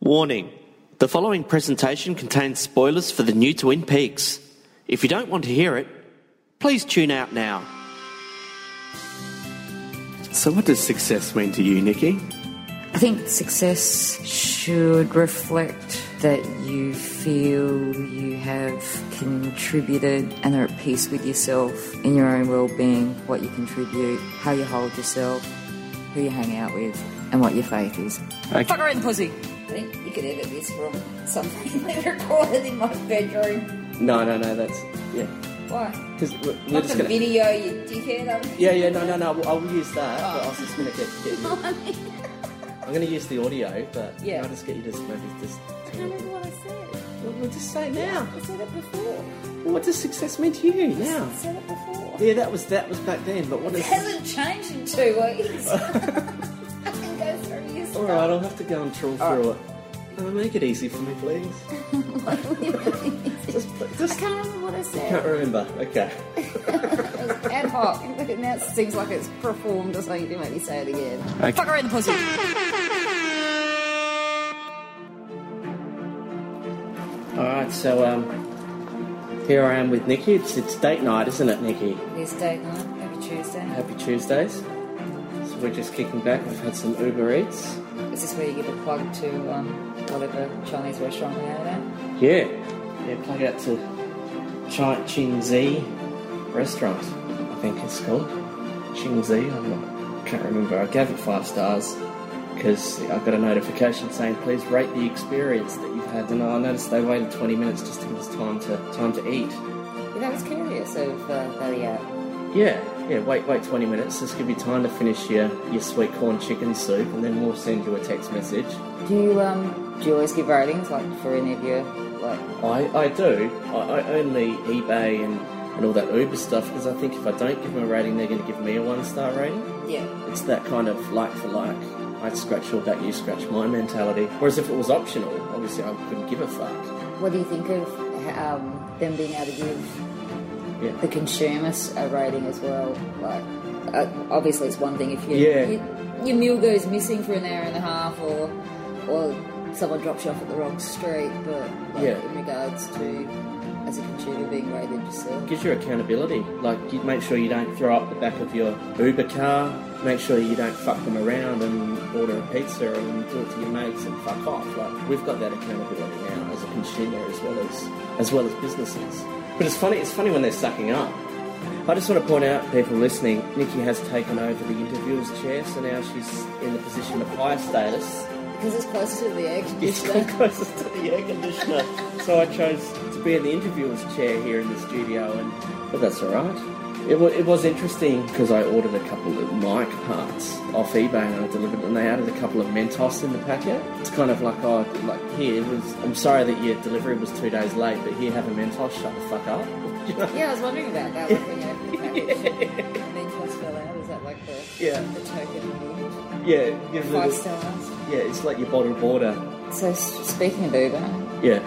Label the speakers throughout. Speaker 1: Warning The following presentation contains spoilers for the new Twin Peaks. If you don't want to hear it, please tune out now. So, what does success mean to you, Nikki?
Speaker 2: I think success should reflect that you feel you have contributed and are at peace with yourself in your own well-being, what you contribute, how you hold yourself, who you hang out with, and what your faith is.
Speaker 1: Okay.
Speaker 2: Fuck her in the pussy. I think you could edit this from something they recorded in my bedroom.
Speaker 3: No, no, no. That's yeah.
Speaker 2: Why?
Speaker 3: Because we're, we're
Speaker 2: Not
Speaker 3: just
Speaker 2: the
Speaker 3: gonna.
Speaker 2: video, you dickhead.
Speaker 3: Yeah, yeah. No, no, no. I'll, I'll use that. But I was just gonna get. get you. I'm gonna use the audio, but
Speaker 2: Yeah.
Speaker 3: I'll just get you to maybe just.
Speaker 2: I don't remember what I said.
Speaker 3: Well, we'll just say now.
Speaker 2: I said it before.
Speaker 3: Well, what does success mean to you now?
Speaker 2: I said it before.
Speaker 3: Yeah, that was that was back then. But what
Speaker 2: It
Speaker 3: is?
Speaker 2: hasn't changed in two weeks. I can go through your
Speaker 3: All
Speaker 2: stuff.
Speaker 3: right, I'll have to go and trawl through it. Uh, make it easy for me, please. just,
Speaker 2: I
Speaker 3: just
Speaker 2: can't remember what I
Speaker 3: can't
Speaker 2: said.
Speaker 3: remember. Okay.
Speaker 2: It was ad hoc. It now seems like it's performed or something. You make me say it again.
Speaker 1: Okay.
Speaker 2: Fuck her in the pussy.
Speaker 3: All right. So um, here I am with Nikki. It's it's date night, isn't it, Nikki?
Speaker 2: This date night, every Tuesday.
Speaker 3: Happy Tuesdays. So we're just kicking back. We've had some Uber Eats.
Speaker 2: Is this where you give a plug to um, whatever Chinese restaurant we had at?
Speaker 3: Yeah. Yeah, plug out to Chi Chingzi Restaurant, I think it's called. Chingzi, I'm not, I can't remember. I gave it five stars because I got a notification saying please rate the experience that you've had. And I noticed they waited 20 minutes just to give us time to time to eat.
Speaker 2: Yeah, that was curious of uh, the uh,
Speaker 3: Yeah, yeah, wait, wait 20 minutes. This give you time to finish your, your sweet corn chicken soup and then we'll send you a text message.
Speaker 2: Do you um do you always give ratings like for any of your like?
Speaker 3: I, I do. I, I only eBay and, and all that Uber stuff because I think if I don't give them a rating, they're going to give me a one star rating.
Speaker 2: Yeah.
Speaker 3: It's that kind of like for like, I scratch your back, you scratch mine mentality. Whereas if it was optional, obviously I couldn't give a fuck.
Speaker 2: What do you think of um, them being able to give
Speaker 3: Yeah.
Speaker 2: the consumers are rating as well. Like, uh, obviously, it's one thing if you,
Speaker 3: Yeah.
Speaker 2: you your meal goes missing for an hour and a half, or or someone drops you off at the wrong street. But like,
Speaker 3: Yeah.
Speaker 2: in regards to as a consumer being rated yourself,
Speaker 3: gives you accountability. Like, you make sure you don't throw up the back of your Uber car, make sure you don't fuck them around and order a pizza and do it to your mates and fuck off. Like, we've got that accountability now as a consumer as well as as well as businesses. But it's funny. It's funny when they're sucking up. I just want to point out, people listening, Nikki has taken over the interviewer's chair, so now she's in the position of high status.
Speaker 2: because it's closer to the air
Speaker 3: It's
Speaker 2: conditioner.
Speaker 3: closest to the air conditioner. so I chose to be in the interviewer's chair here in the studio, and but that's all right. It, wa it was interesting because I ordered a couple of mic parts off eBay and I delivered them. They added a couple of Mentos in the packet. It's kind of like, oh, like here it was. I'm sorry that your delivery was two days late, but here have a Mentos. Shut the fuck up. You know?
Speaker 2: Yeah, I was wondering about that. Like, when you open the package, and then just fell out. Is that like the
Speaker 3: Yeah.
Speaker 2: the token award?
Speaker 3: Yeah, give it a
Speaker 2: five
Speaker 3: little-
Speaker 2: stars?
Speaker 3: yeah. It's like your bottled water.
Speaker 2: So s- speaking of Uber,
Speaker 3: Yeah.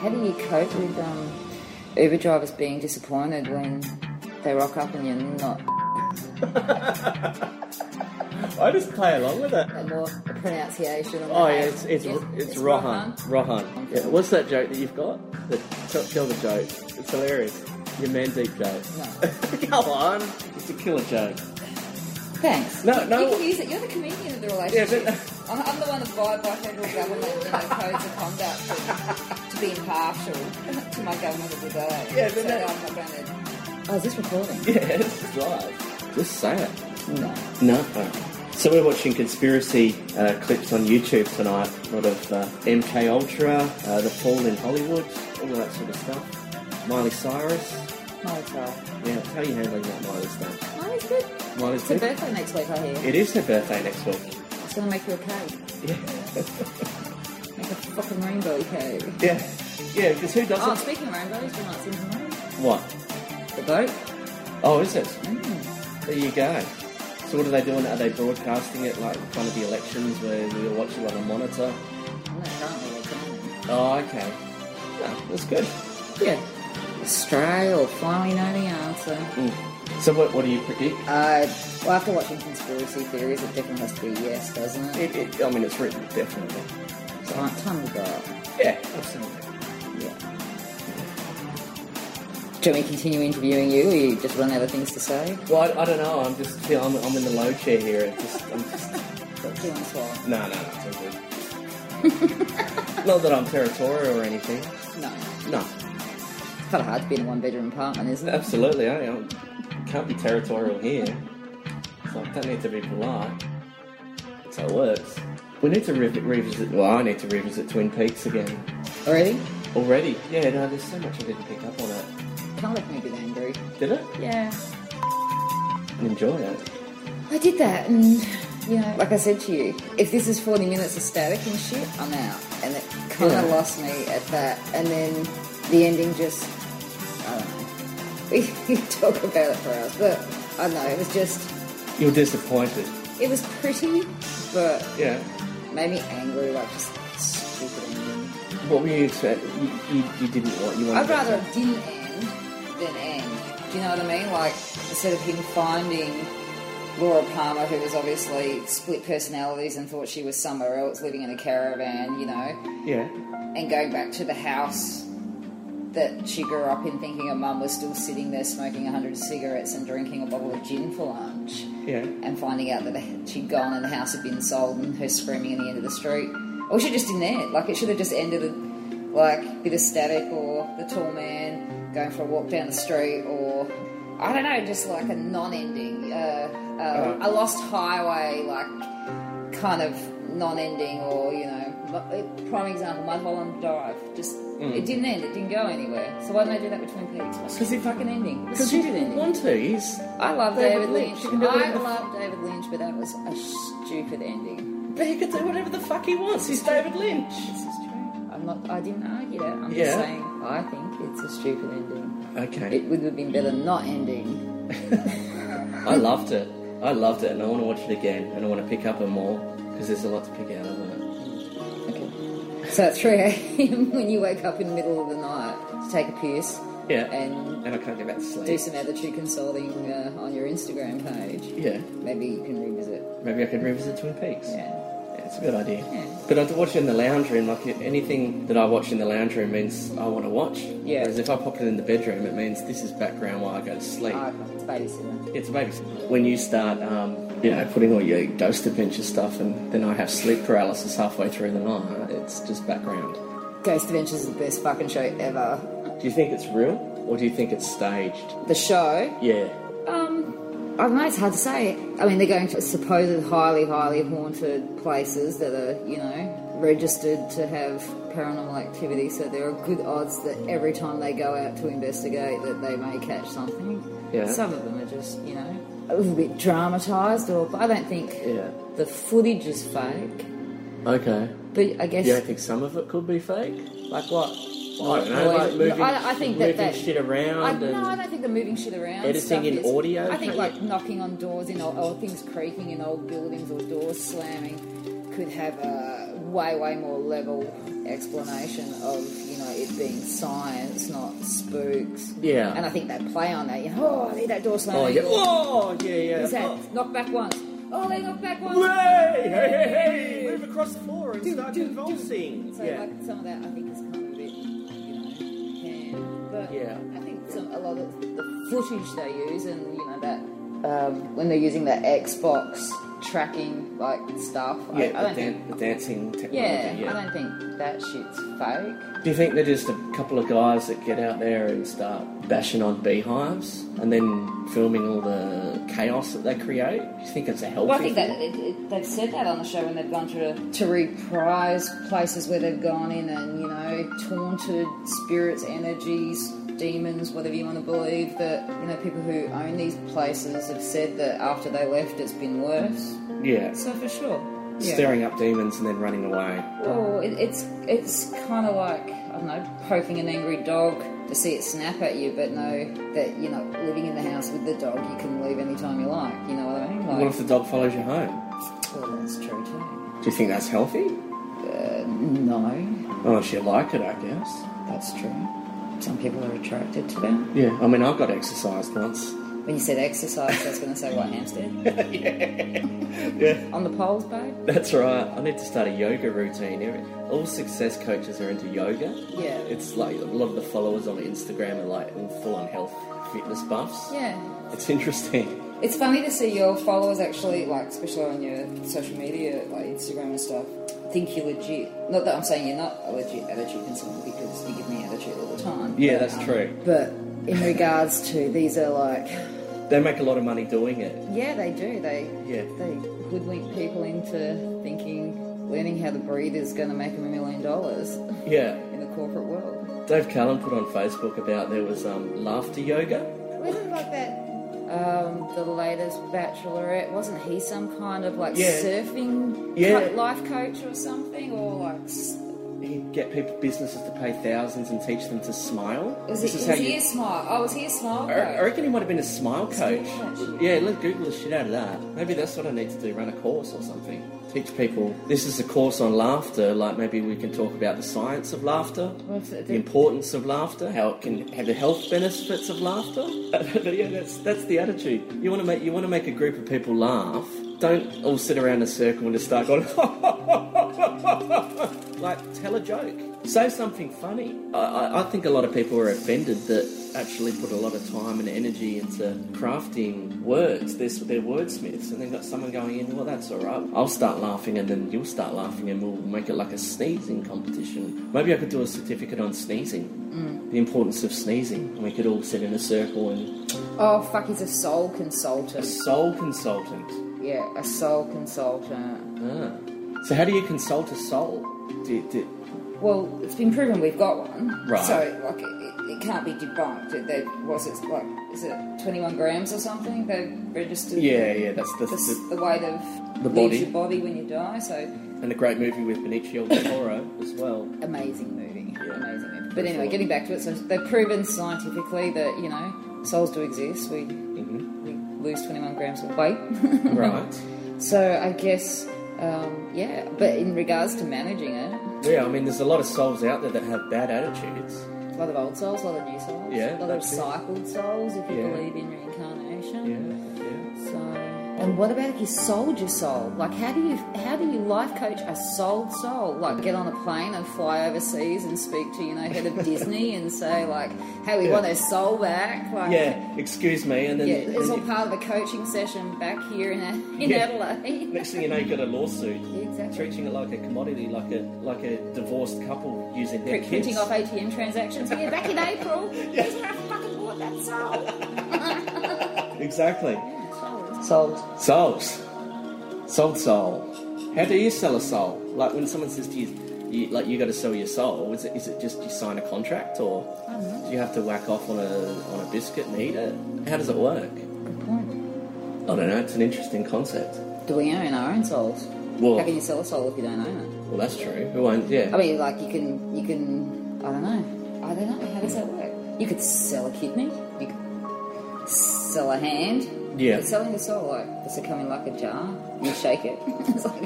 Speaker 2: How do you cope with um, Uber drivers being disappointed when they rock up and you're not
Speaker 3: I just play along with it.
Speaker 2: a more the pronunciation? and
Speaker 3: Oh
Speaker 2: the-
Speaker 3: yeah, it's it's it's, it's Rohan. Rohan. Yeah. What's that joke that you've got? The, tell, tell the joke. It's hilarious. Your Mandeep joke. Go on. It's a killer joke.
Speaker 2: Thanks.
Speaker 3: No, no.
Speaker 2: You can use it. You're the comedian of the
Speaker 3: Yeah,
Speaker 2: relationship.
Speaker 3: but,
Speaker 2: I'm, I'm the one that abide by federal government you know, codes of conduct to, to be impartial to my government of the day.
Speaker 3: Yeah, but
Speaker 2: so
Speaker 3: no.
Speaker 2: I'm not going to. Oh, is this recording?
Speaker 3: yeah, it's live. Just say it.
Speaker 2: No.
Speaker 3: No. So we're watching conspiracy uh, clips on YouTube tonight. A lot of uh, MK Ultra, uh, the fall in Hollywood, all of that sort of stuff. Miley Cyrus.
Speaker 2: No, it's all right.
Speaker 3: Yeah, how are you handling that Miley stuff?
Speaker 2: No, it's good.
Speaker 3: Miley's
Speaker 2: Oh, It's her
Speaker 3: good?
Speaker 2: birthday next week, I hear.
Speaker 3: It is her birthday next week.
Speaker 2: It's going to make you a cake.
Speaker 3: Yeah.
Speaker 2: Make a fucking rainbow cake.
Speaker 3: Yeah. Yeah, because who
Speaker 2: Oh,
Speaker 3: doesn't?
Speaker 2: speaking of rainbows, we might see them tomorrow.
Speaker 3: What?
Speaker 2: The boat?
Speaker 3: Oh, is it?
Speaker 2: Mm.
Speaker 3: There you go. So what are they doing? Are they broadcasting it like kind of the elections where we were watching on a monitor?
Speaker 2: I'm not currently looking.
Speaker 3: Oh, okay. Yeah, that's good.
Speaker 2: Yeah. Stray or finally know the answer.
Speaker 3: Mm. So what, what do you predict?
Speaker 2: Uh, well, after watching conspiracy theories, it definitely has to be a yes, doesn't it?
Speaker 3: It, it, I mean, it's written, definitely.
Speaker 2: Time, time to grow up.
Speaker 3: Yeah, absolutely.
Speaker 2: Yeah. Do we continue interviewing you, or you just run out of things to say?
Speaker 3: Well, I, I don't know. I'm just feel I'm, I'm in the low chair here. It's just, I'm just no, no, no. It's all good. Not that I'm territorial or anything.
Speaker 2: No.
Speaker 3: No,
Speaker 2: It's kind of hard to be in a one-bedroom apartment, isn't it?
Speaker 3: absolutely. I, I can't be territorial here. So I don't need to be polite. That's how it works. We need to revi revisit. Well, I need to revisit Twin Peaks again.
Speaker 2: Already?
Speaker 3: Already? Yeah. No, there's so much I didn't pick up on it.
Speaker 2: Kind of made me angry.
Speaker 3: Did it?
Speaker 2: Yeah.
Speaker 3: Enjoy it.
Speaker 2: I did that, and you know, like I said to you, if this is 40 minutes of static and shit, I'm out. And it kind
Speaker 3: Yeah.
Speaker 2: of lost me at that. And then the ending just, I don't know. We could talk about it for hours, but I don't know. It was just,
Speaker 3: You're disappointed.
Speaker 2: it was pretty, but
Speaker 3: Yeah.
Speaker 2: made me angry, like just stupid ending.
Speaker 3: What were you expect? You, you, you didn't want. You wanted.
Speaker 2: I'd rather
Speaker 3: better.
Speaker 2: it didn't end than end. Do you know what I mean? Like, instead of him finding Laura Palmer, who was obviously split personalities and thought she was somewhere else living in a caravan, you know,
Speaker 3: Yeah.
Speaker 2: and going back to the house that she grew up in thinking her mum was still sitting there smoking 100 cigarettes and drinking a bottle of gin for lunch.
Speaker 3: Yeah.
Speaker 2: And finding out that the- she'd gone and the house had been sold and her screaming in the end of the street. I wish it just didn't end. Like, it should have just ended with, like, bit of static or the tall man going for a walk down the street or, I don't know, just like a non ending, uh, uh, a lost highway, like, kind of non ending or, you know, mu- prime example, Mulholland Drive. Just, it didn't end, it didn't go anywhere. So why didn't I do that between Peaks? Because it fucking ending. It was a
Speaker 3: Because you
Speaker 2: stupid
Speaker 3: didn't
Speaker 2: ending.
Speaker 3: want to. He's
Speaker 2: I love
Speaker 3: David
Speaker 2: David,
Speaker 3: Lynch.
Speaker 2: Lynch.
Speaker 3: You can do
Speaker 2: I
Speaker 3: whatever the
Speaker 2: love David Lynch, but that was a stupid ending.
Speaker 3: he can do whatever the fuck he wants. He's David Lynch.
Speaker 2: I'm not. I didn't argue that. I'm
Speaker 3: Yeah.
Speaker 2: just saying. I think it's a stupid ending.
Speaker 3: Okay.
Speaker 2: It would have been better not ending.
Speaker 3: I loved it. I loved it, and I want to watch it again, and I want to pick up on more because there's a lot to pick out of it.
Speaker 2: Okay. So at 3 a.m. when you wake up in the middle of the night to take a piss
Speaker 3: Yeah.
Speaker 2: and
Speaker 3: And I can't get back to sleep.
Speaker 2: do some attitude consulting uh, on your Instagram page,
Speaker 3: Yeah.
Speaker 2: maybe you can revisit.
Speaker 3: Maybe I could revisit Twin Peaks.
Speaker 2: Yeah.
Speaker 3: Yeah, it's a good idea.
Speaker 2: Yeah.
Speaker 3: But I'd watch it in the lounge room. Like anything that I watch in the lounge room means I want to watch.
Speaker 2: Yeah.
Speaker 3: Whereas if I pop it in the bedroom, it means this is background while I go to sleep.
Speaker 2: Oh, it's babysitter.
Speaker 3: It's maybe when you start, um, you know, putting all your ghost adventure stuff, and then I have sleep paralysis halfway through the night. It's just background.
Speaker 2: Ghost Adventures is the best fucking show ever.
Speaker 3: Do you think it's real, or do you think it's staged?
Speaker 2: The show
Speaker 3: Yeah,
Speaker 2: Um, I don't know, it's hard to say. I mean, they're going to supposed highly, highly haunted places that are, you know, registered to have paranormal activity, so there are good odds that every time they go out to investigate that they may catch something.
Speaker 3: Yeah.
Speaker 2: Some of them are just, you know, a little bit dramatised, or but I don't think
Speaker 3: yeah.
Speaker 2: the footage is fake.
Speaker 3: Okay.
Speaker 2: But I guess
Speaker 3: You don't think some of it could be fake? Like what? I don't know.
Speaker 2: Well,
Speaker 3: Like
Speaker 2: no,
Speaker 3: moving,
Speaker 2: I- I think that
Speaker 3: moving
Speaker 2: that-
Speaker 3: shit around.
Speaker 2: I,
Speaker 3: and, um,
Speaker 2: no, I don't think the moving shit around.
Speaker 3: Editing
Speaker 2: stuff
Speaker 3: in
Speaker 2: is-
Speaker 3: audio,
Speaker 2: I think
Speaker 3: can't
Speaker 2: like
Speaker 3: you-
Speaker 2: knocking on doors in old, old things creaking in old buildings or doors slamming could have a way way more level explanation of you know it being science, not spooks.
Speaker 3: Yeah.
Speaker 2: And I think they play on that. You know, oh, I need that door slamming.
Speaker 3: oh yeah.
Speaker 2: Or,
Speaker 3: Oh yeah, yeah.
Speaker 2: what's that?
Speaker 3: Oh.
Speaker 2: Knock back once. Oh, they knock back once.
Speaker 3: Hey, hey, hey, hey! Move across the floor and
Speaker 2: Do,
Speaker 3: start
Speaker 2: do, do.
Speaker 3: convulsing.
Speaker 2: So
Speaker 3: yeah.
Speaker 2: like some of that I think is kind of a bit, you know, canned. But
Speaker 3: Yeah.
Speaker 2: I think some, a lot of the footage they use and, you know, that um, when they're using that Xbox tracking like stuff. I, I
Speaker 3: yeah, the,
Speaker 2: don't
Speaker 3: dan-
Speaker 2: think,
Speaker 3: the dancing technology.
Speaker 2: yeah,
Speaker 3: yeah.
Speaker 2: I don't think that shit's fake.
Speaker 3: Do you think they're just a couple of guys that get out there and start bashing on beehives and then filming all the chaos that they create? Do you think it's a healthy
Speaker 2: Well, I think
Speaker 3: thing?
Speaker 2: that it, it, they've said that on the show when they've gone to to reprise places where they've gone in and you know taunted spirits, energies, demons, whatever you want to believe. That you know people who own these places have said that after they left, it's been worse.
Speaker 3: yeah.
Speaker 2: So for sure, yeah.
Speaker 3: Staring up demons and then running away.
Speaker 2: Well, it, it's it's kind of like I don't know, poking an angry dog to see it snap at you, but know that you're not living in the house with the dog. You can leave anytime you like. You know what I mean? Like,
Speaker 3: What if the dog follows you home?
Speaker 2: well, that's true too.
Speaker 3: Do you think that's healthy?
Speaker 2: No,
Speaker 3: Unless you like it, I guess.
Speaker 2: that's true. Some people are attracted to that.
Speaker 3: Yeah. I mean, I got exercised once.
Speaker 2: When you said exercise, I was going to say, what, hamster? yeah. On the poles, babe?
Speaker 3: That's right. I need to start a yoga routine. Every- All success coaches are into yoga.
Speaker 2: Yeah.
Speaker 3: It's like a lot of the followers on Instagram are like all full on health fitness buffs.
Speaker 2: Yeah.
Speaker 3: It's interesting.
Speaker 2: It's funny to see your followers actually, like, especially on your social media, like Instagram and stuff, think you're legit. Not that I'm saying you're not a legit attitude consultant because you give me attitude all the time.
Speaker 3: Yeah,
Speaker 2: but,
Speaker 3: that's
Speaker 2: um,
Speaker 3: true.
Speaker 2: But in regards to these are like,
Speaker 3: They make a lot of money doing it.
Speaker 2: yeah, they do. They
Speaker 3: Yeah.
Speaker 2: they hoodwink people into thinking learning how to breathe is going to make them a million dollars
Speaker 3: Yeah.
Speaker 2: in the corporate world.
Speaker 3: Dave Cullen put on Facebook about there was um, laughter yoga.
Speaker 2: Wasn't like that. Um, the latest Bachelorette wasn't he some kind of like
Speaker 3: Yeah.
Speaker 2: surfing
Speaker 3: Yeah.
Speaker 2: co- life coach or something or like s-
Speaker 3: He'd get people businesses to pay thousands and teach them to smile.
Speaker 2: was
Speaker 3: This
Speaker 2: it
Speaker 3: is
Speaker 2: was
Speaker 3: how
Speaker 2: he
Speaker 3: you- Er,
Speaker 2: a smile? Oh, was he a smile
Speaker 3: I I
Speaker 2: coach?
Speaker 3: reckon he might have been a smile coach.
Speaker 2: coach.
Speaker 3: Yeah, let's Google the shit out of that. Maybe that's what I need to do, run a course or something. Teach people this is a course on laughter, like maybe we can talk about the science of laughter,
Speaker 2: What's it-
Speaker 3: the importance of laughter, how it can have the health benefits of laughter. but yeah, that's that's the attitude. You wanna make you wanna make a group of people laugh. Don't all sit around in a circle and just start going like tell a joke say something funny I, I, I think a lot of people are offended that actually put a lot of time and energy into crafting words they're, they're wordsmiths and then got someone going in well that's all right i'll start laughing and then you'll start laughing and we'll make it like a sneezing competition maybe i could do a certificate on sneezing the importance of sneezing and we could all sit in a circle and
Speaker 2: Oh fuck, he's a soul
Speaker 3: a
Speaker 2: consultant.
Speaker 3: soul consultant
Speaker 2: Yeah, a soul consultant.
Speaker 3: ah. so how do you consult a soul do, do,
Speaker 2: Well, it's been proven we've got one.
Speaker 3: Right.
Speaker 2: So, like, it, it can't be debunked. They, was it, like, is it 21 grams or something? They registered
Speaker 3: yeah yeah that's the,
Speaker 2: the, s-
Speaker 3: the
Speaker 2: the weight of
Speaker 3: The body.
Speaker 2: leaves your body when you die. So,
Speaker 3: And a great movie with Benicio del Toro as well.
Speaker 2: amazing movie.
Speaker 3: Yeah.
Speaker 2: Amazing movie. But anyway, getting back to it, so they've proven scientifically that, you know, souls do exist. We,
Speaker 3: Mm-hmm.
Speaker 2: we lose 21 grams of weight.
Speaker 3: Right.
Speaker 2: so, I guess, um, yeah. But in regards to managing it,
Speaker 3: Yeah, I mean, there's a lot of souls out there that have bad attitudes.
Speaker 2: A lot of old souls, a lot of new souls,
Speaker 3: Yeah,
Speaker 2: a lot of
Speaker 3: that's it.
Speaker 2: recycled souls if you
Speaker 3: Yeah.
Speaker 2: believe in reincarnation.
Speaker 3: yeah.
Speaker 2: So, and what about if you sold your soul? Like, how do you how do you life coach a sold soul? Like, get on a plane and fly overseas and speak to you know head of Disney and say like, hey, we
Speaker 3: Yeah.
Speaker 2: want our soul back. Like,
Speaker 3: Yeah, excuse me, and then
Speaker 2: yeah,
Speaker 3: then
Speaker 2: it's all
Speaker 3: you-
Speaker 2: part of a coaching session back here in in
Speaker 3: Yeah.
Speaker 2: Adelaide.
Speaker 3: next thing you know, you got a lawsuit.
Speaker 2: Exactly.
Speaker 3: Treating it like a commodity, like a like a divorced couple using their
Speaker 2: Printing
Speaker 3: kids.
Speaker 2: off ATM transactions here back in April. Here's where I fucking bought that soul.
Speaker 3: Exactly.
Speaker 2: Sold.
Speaker 3: Souls. Sold soul. How do you sell a soul? Like when someone says to you, you like you got to sell your soul. Is it is it just you sign a contract or do you have to whack off on a on a biscuit and eat it? How does it work?
Speaker 2: Good point.
Speaker 3: I don't know. It's an interesting concept.
Speaker 2: Do we own our own souls?
Speaker 3: Well-
Speaker 2: How can you sell a soul if you don't own
Speaker 3: Well, that's true. Who owns?
Speaker 2: it? I
Speaker 3: Yeah.
Speaker 2: mean, like you can, you can. I don't know. I don't know. How does that work? You could sell a kidney. You could sell a hand.
Speaker 3: Yeah.
Speaker 2: But selling the soul, like, does it come in like a jar? You shake it. it's like.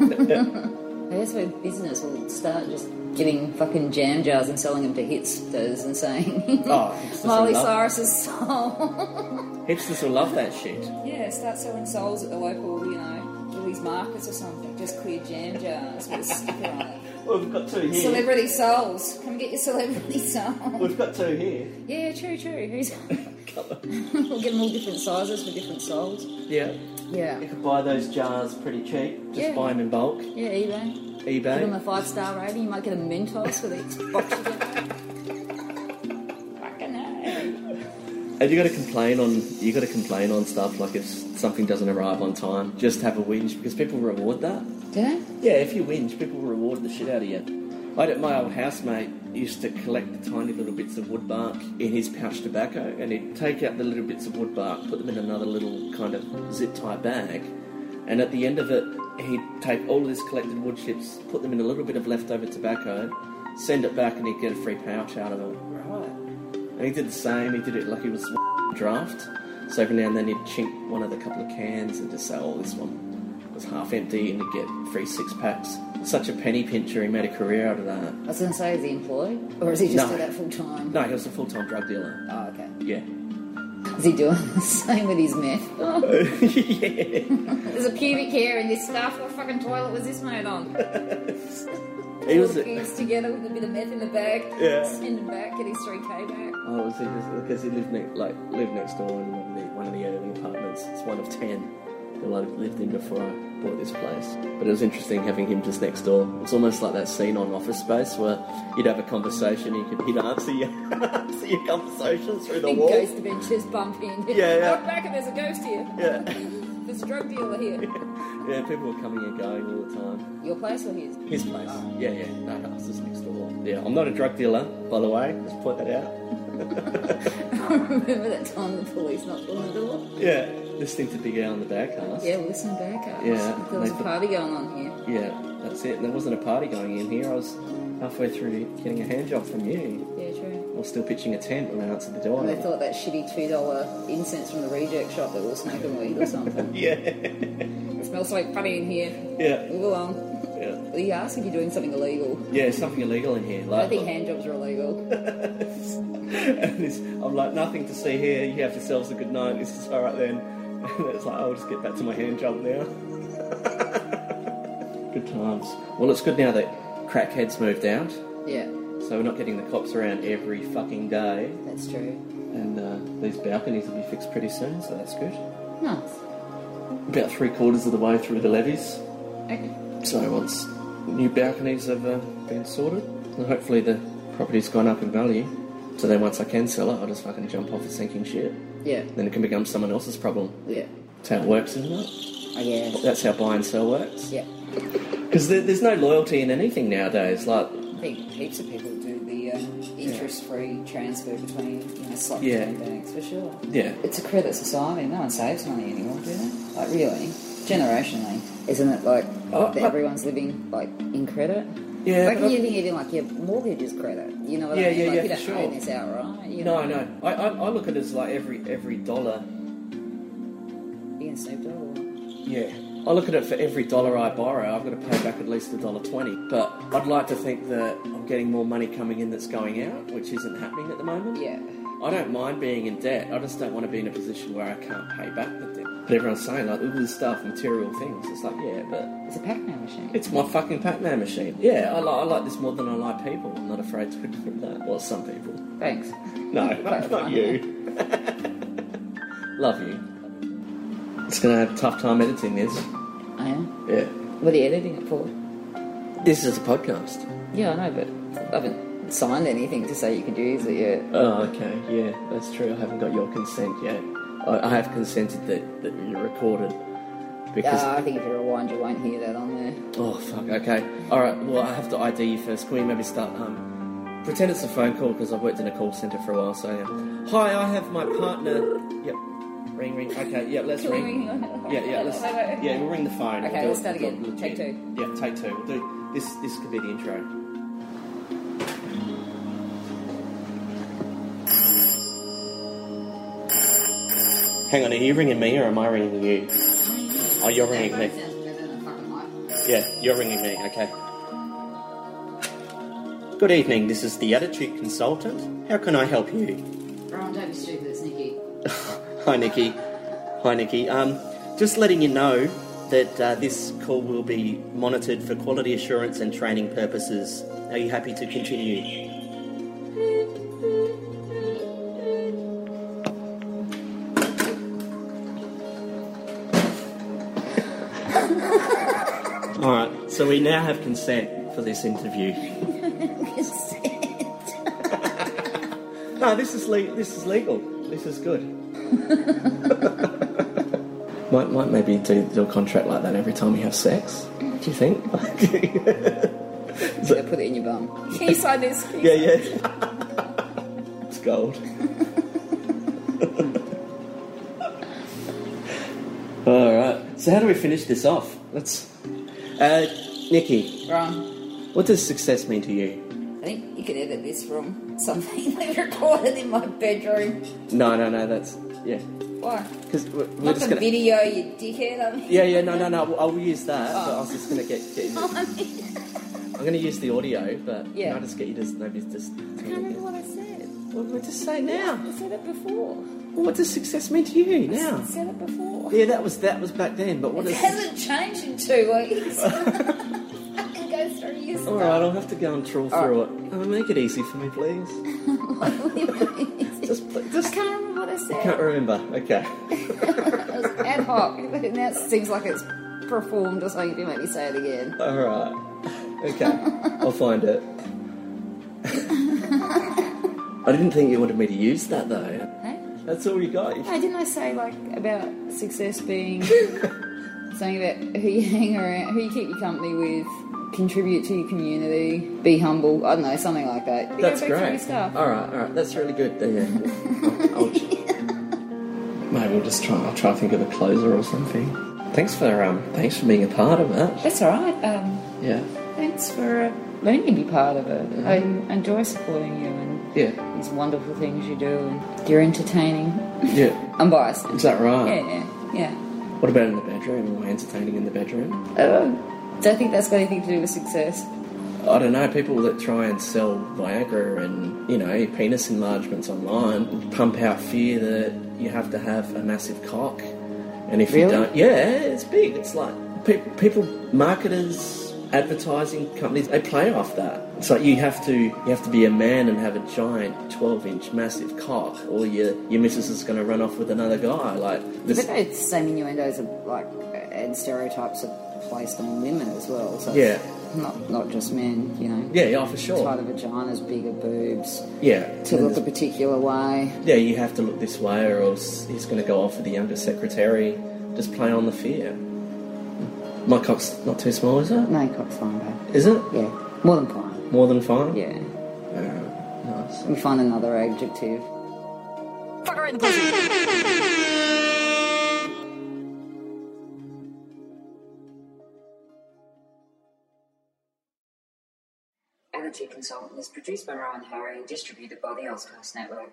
Speaker 2: I guess my business will start just getting fucking jam jars and selling them to hipsters and saying,
Speaker 3: Oh, hipsters will
Speaker 2: Miley
Speaker 3: love-
Speaker 2: Cyrus's soul."
Speaker 3: Hipsters will love that shit.
Speaker 2: Yeah, start selling souls at the local, you know, Gillies markets or something. Just clear jam jars with a sticker on it.
Speaker 3: Well, we've got two here.
Speaker 2: Celebrity souls. Come get your celebrity soul.
Speaker 3: We've got two here.
Speaker 2: Yeah, true, true. Who's... we'll get them all different sizes for different souls.
Speaker 3: Yeah. You
Speaker 2: Yeah.
Speaker 3: could buy those jars pretty cheap. Just
Speaker 2: Yeah.
Speaker 3: buy them in bulk.
Speaker 2: Yeah, eBay. Give them a
Speaker 3: eBay.
Speaker 2: five star rating. You might get a Mentos for the box you get. Fucking hell.
Speaker 3: Have you got to complain on? You got to complain on stuff like if something doesn't arrive on time. Just have a whinge because people reward that.
Speaker 2: Do they?
Speaker 3: Yeah, if you whinge, people reward the shit out of you. I did, my old housemate used to collect the tiny little bits of wood bark in his pouch tobacco, and he'd take out the little bits of wood bark, put them in another little kind of zip tie bag, and at the end of it, he'd take all of this collected wood chips, put them in a little bit of leftover tobacco, send it back, and he'd get a free pouch out of it. Right. And he did the same. He did it like he was draft. So every now and then he'd chink one of the couple of cans and just say, "Oh, this one was half empty," and he'd get free six packs. Such a penny pincher. He made a career out of that.
Speaker 2: I was going to say, is he employed? Or is he just
Speaker 3: No.
Speaker 2: do that full time?
Speaker 3: No, he was a full-time drug dealer.
Speaker 2: Oh, okay.
Speaker 3: Yeah.
Speaker 2: Is he doing the same with his meth?
Speaker 3: yeah.
Speaker 2: There's a pubic hair in this stuff. What fucking toilet was this made on?
Speaker 3: He was.
Speaker 2: All the
Speaker 3: Oh,
Speaker 2: goobs together with a bit of meth in the bag.
Speaker 3: Yeah.
Speaker 2: In the back, get his 3K back.
Speaker 3: was he just because he lived next, like lived next door in one of the one of the urban apartments. It's one of ten that I lived in before I bought this place. But it was interesting having him just next door. It's almost like that scene on Office Space where you'd have a conversation, he could he'd answer your answer your conversation through the
Speaker 2: Big
Speaker 3: wall.
Speaker 2: ghost adventures bump in.
Speaker 3: Yeah, yeah.
Speaker 2: Look back and there's a ghost here.
Speaker 3: Yeah.
Speaker 2: There's a drug dealer here.
Speaker 3: Yeah, people were coming and going all the time.
Speaker 2: Your place or his?
Speaker 3: His place. Yeah, yeah. No, house is next door. Yeah, I'm not a drug dealer, by the way. Let's point that out.
Speaker 2: Remember that time the police knocked on the door?
Speaker 3: Yeah. Listening to Big Al in the back house.
Speaker 2: Yeah, listen back up.
Speaker 3: Yeah,
Speaker 2: There was a
Speaker 3: they-
Speaker 2: party going on here.
Speaker 3: Yeah, that's it. There wasn't a party going in here. I was halfway through getting a hand job from you.
Speaker 2: Yeah, true.
Speaker 3: I was still pitching a tent when I answered the door.
Speaker 2: And they thought that shitty $2 incense from the reject shop that we were smoking weed or something.
Speaker 3: Yeah.
Speaker 2: it smells like funny in here.
Speaker 3: Yeah.
Speaker 2: Move along.
Speaker 3: Yeah.
Speaker 2: He asked if you're doing something illegal.
Speaker 3: Yeah, something illegal in here.
Speaker 2: I
Speaker 3: Like,
Speaker 2: think hand jobs are illegal.
Speaker 3: and this, I'm like, nothing to see here. You have yourselves a good night. This is all right then. And it's like, I'll just get back to my hand job now. good times. Well, it's good now that crackheads moved out,
Speaker 2: yeah,
Speaker 3: so we're not getting the cops around every fucking day.
Speaker 2: that's true.
Speaker 3: And uh, these balconies will be fixed pretty soon, so that's good.
Speaker 2: Nice.
Speaker 3: About three quarters of the way through the levees,
Speaker 2: Okay.
Speaker 3: so once new balconies have uh, been sorted, and hopefully the property's gone up in value. So then once I can sell it, I'll just fucking jump off a sinking ship.
Speaker 2: Yeah,
Speaker 3: then it can become someone else's problem.
Speaker 2: yeah.
Speaker 3: That's how it works, isn't it?
Speaker 2: I guess.
Speaker 3: That's how buy and sell works.
Speaker 2: Yeah.
Speaker 3: Because there, there's no loyalty in anything nowadays. Like,
Speaker 2: I think heaps of people do the um, interest-free transfer between, you know, slot
Speaker 3: Yeah.
Speaker 2: between banks for sure.
Speaker 3: yeah,
Speaker 2: It's a credit society. No one saves money anymore, do they? Like really, generationally, isn't it? Like
Speaker 3: Oh,
Speaker 2: that everyone's living like in credit.
Speaker 3: Yeah,
Speaker 2: Like
Speaker 3: but-
Speaker 2: you think even like your mortgage is credit. You know what
Speaker 3: Yeah,
Speaker 2: I mean?
Speaker 3: yeah,
Speaker 2: like,
Speaker 3: yeah,
Speaker 2: You
Speaker 3: for
Speaker 2: don't own
Speaker 3: sure.
Speaker 2: this outright. You
Speaker 3: no,
Speaker 2: know?
Speaker 3: no. I, I, I look at it as like every every dollar.
Speaker 2: You can save double.
Speaker 3: Yeah. I look at it for every dollar I borrow, I've got to pay back at least a dollar twenty. But I'd like to think that I'm getting more money coming in that's going out, which isn't happening at the moment.
Speaker 2: Yeah.
Speaker 3: I don't mind being in debt. I just don't want to be in a position where I can't pay back the debt. But everyone's saying like all this stuff, material things. It's like yeah, but
Speaker 2: It's a Pac-Man machine.
Speaker 3: It's my fucking Pac-Man machine. Yeah, I, li- I like this more than I like people. I'm not afraid to admit that. Well, some people.
Speaker 2: Thanks.
Speaker 3: No, not you. Love you. It's gonna have a tough time editing this.
Speaker 2: I am.
Speaker 3: Yeah.
Speaker 2: What are you editing it for?
Speaker 3: This is a podcast.
Speaker 2: Yeah, I know, but I haven't signed anything to say you can do it yet.
Speaker 3: Oh, okay. Yeah, that's true. I haven't got your consent yet. I, I have consented that, that you recorded because.
Speaker 2: Uh, I think if you rewind, you won't hear that on there.
Speaker 3: Oh fuck. Okay. All right. Well, I have to ID you first. Can we maybe start? Um, pretend it's a phone call because I've worked in a call center for a while. So yeah. Hi, I have my partner. Yep. Ring, ring. Okay. Yeah. Let's
Speaker 2: Can we ring
Speaker 3: ring.
Speaker 2: your-
Speaker 3: Yeah, yeah. Let's,
Speaker 2: Hello.
Speaker 3: yeah. We'll ring the phone.
Speaker 2: Okay,
Speaker 3: We'll do
Speaker 2: let's
Speaker 3: it-
Speaker 2: start
Speaker 3: we'll do
Speaker 2: again.
Speaker 3: it
Speaker 2: Take
Speaker 3: legit.
Speaker 2: two.
Speaker 3: Yeah. Take two. We'll do this. This could be the intro. Hang on. Are you ringing me or am I ringing you? Oh, you're ringing me. Yeah, you're ringing me, okay. Good evening, this is the Attitude Consultant. How can I help you?
Speaker 2: Ron, don't be stupid, it's Nikki.
Speaker 3: Hi, Nikki. Hi, Nikki. Um, just letting you know that uh, this call will be monitored for quality assurance and training purposes. Are you happy to continue? All right, so we now have consent for this interview. No, Ah, this is le- this is legal. This is good. might might maybe do, do a contract like that every time you have sex. Do you think?
Speaker 2: So put it in your bum. Can you sign this? Can you
Speaker 3: yeah, yeah. it's gold. All right. So how do we finish this off? Let's. Uh, Nikki,
Speaker 2: sign- Ron,
Speaker 3: what does success mean to you?
Speaker 2: I think you could edit this from something they recorded in my bedroom.
Speaker 3: No, no, no. That's yeah.
Speaker 2: Why?
Speaker 3: Because we're, we're
Speaker 2: Not the
Speaker 3: just gonna.
Speaker 2: video, you dickhead. I mean,
Speaker 3: Yeah, yeah, no, no, no. I'll use that. But I was just gonna get. get I'm gonna use the audio, but
Speaker 2: Yeah.
Speaker 3: can I just get you to maybe just.
Speaker 2: I can't remember what I said.
Speaker 3: Well, we just say now.
Speaker 2: I said it before.
Speaker 3: Well, what does success mean to you
Speaker 2: I
Speaker 3: now?
Speaker 2: said it before.
Speaker 3: Yeah, that was that was back then, but what
Speaker 2: It
Speaker 3: is?
Speaker 2: hasn't changed in two weeks. I can go through your
Speaker 3: All right, I'll have to go and trawl through it. Oh, make it easy for me, please. just, pl-
Speaker 2: I
Speaker 3: just
Speaker 2: can't remember what I
Speaker 3: can't
Speaker 2: said.
Speaker 3: remember. Okay.
Speaker 2: It was ad hoc. and Now it seems like it's performed or something. You make me say it again.
Speaker 3: All right. Okay. I'll find it. I didn't think you wanted me to use that though.
Speaker 2: Hey?
Speaker 3: That's all you got.
Speaker 2: No, didn't I say like about success being something about who you hang around, who you keep your company with, contribute to your community, be humble. I don't know, something like that. You
Speaker 3: That's
Speaker 2: go back through your
Speaker 3: great. Uh,
Speaker 2: stuff.
Speaker 3: All right, all right. That's really good. Yeah. I'll, I'll- Maybe we'll just try. I'll try to think of a closer or something. Thanks for um. Thanks for being a part of it.
Speaker 2: That's all right. Um,
Speaker 3: Yeah.
Speaker 2: thanks for uh, letting me be part of it.
Speaker 3: Mm-hmm.
Speaker 2: I enjoy supporting you and
Speaker 3: Yeah.
Speaker 2: these wonderful things you do, and you're entertaining.
Speaker 3: Yeah.
Speaker 2: I'm biased.
Speaker 3: Is that right?
Speaker 2: Yeah, yeah, yeah.
Speaker 3: What about in the bedroom? Am I entertaining in the bedroom?
Speaker 2: Uh, don't think that's got anything to do with success.
Speaker 3: I don't know. People that try and sell Viagra and you know penis enlargements online pump out fear that you have to have a massive cock, and if you
Speaker 2: Really?
Speaker 3: don't, yeah, it's big. It's like pe- people, marketers, advertising companies, they play off that. It's like you have to you have to be a man and have a giant twelve inch massive cock, or your your missus is going to run off with another guy. Like
Speaker 2: But
Speaker 3: this,
Speaker 2: those same innuendos of like and stereotypes are placed on women as well. So
Speaker 3: Yeah.
Speaker 2: not not just men, you know.
Speaker 3: yeah, yeah, for
Speaker 2: Tighter
Speaker 3: sure,
Speaker 2: vaginas, bigger boobs,
Speaker 3: yeah.
Speaker 2: to
Speaker 3: And
Speaker 2: look a particular way.
Speaker 3: yeah, you have to look this way or else he's going to go off with the younger secretary. Just play on the fear. My cock's not too small, is it?
Speaker 2: No cock's fine, babe.
Speaker 3: Is it?
Speaker 2: Yeah, more than fine.
Speaker 3: More than fine?
Speaker 2: Yeah,
Speaker 3: Yeah, nice.
Speaker 2: we find another adjective.
Speaker 4: Energy Consultant is produced by Ryan Harry and distributed by the Ozcast Network.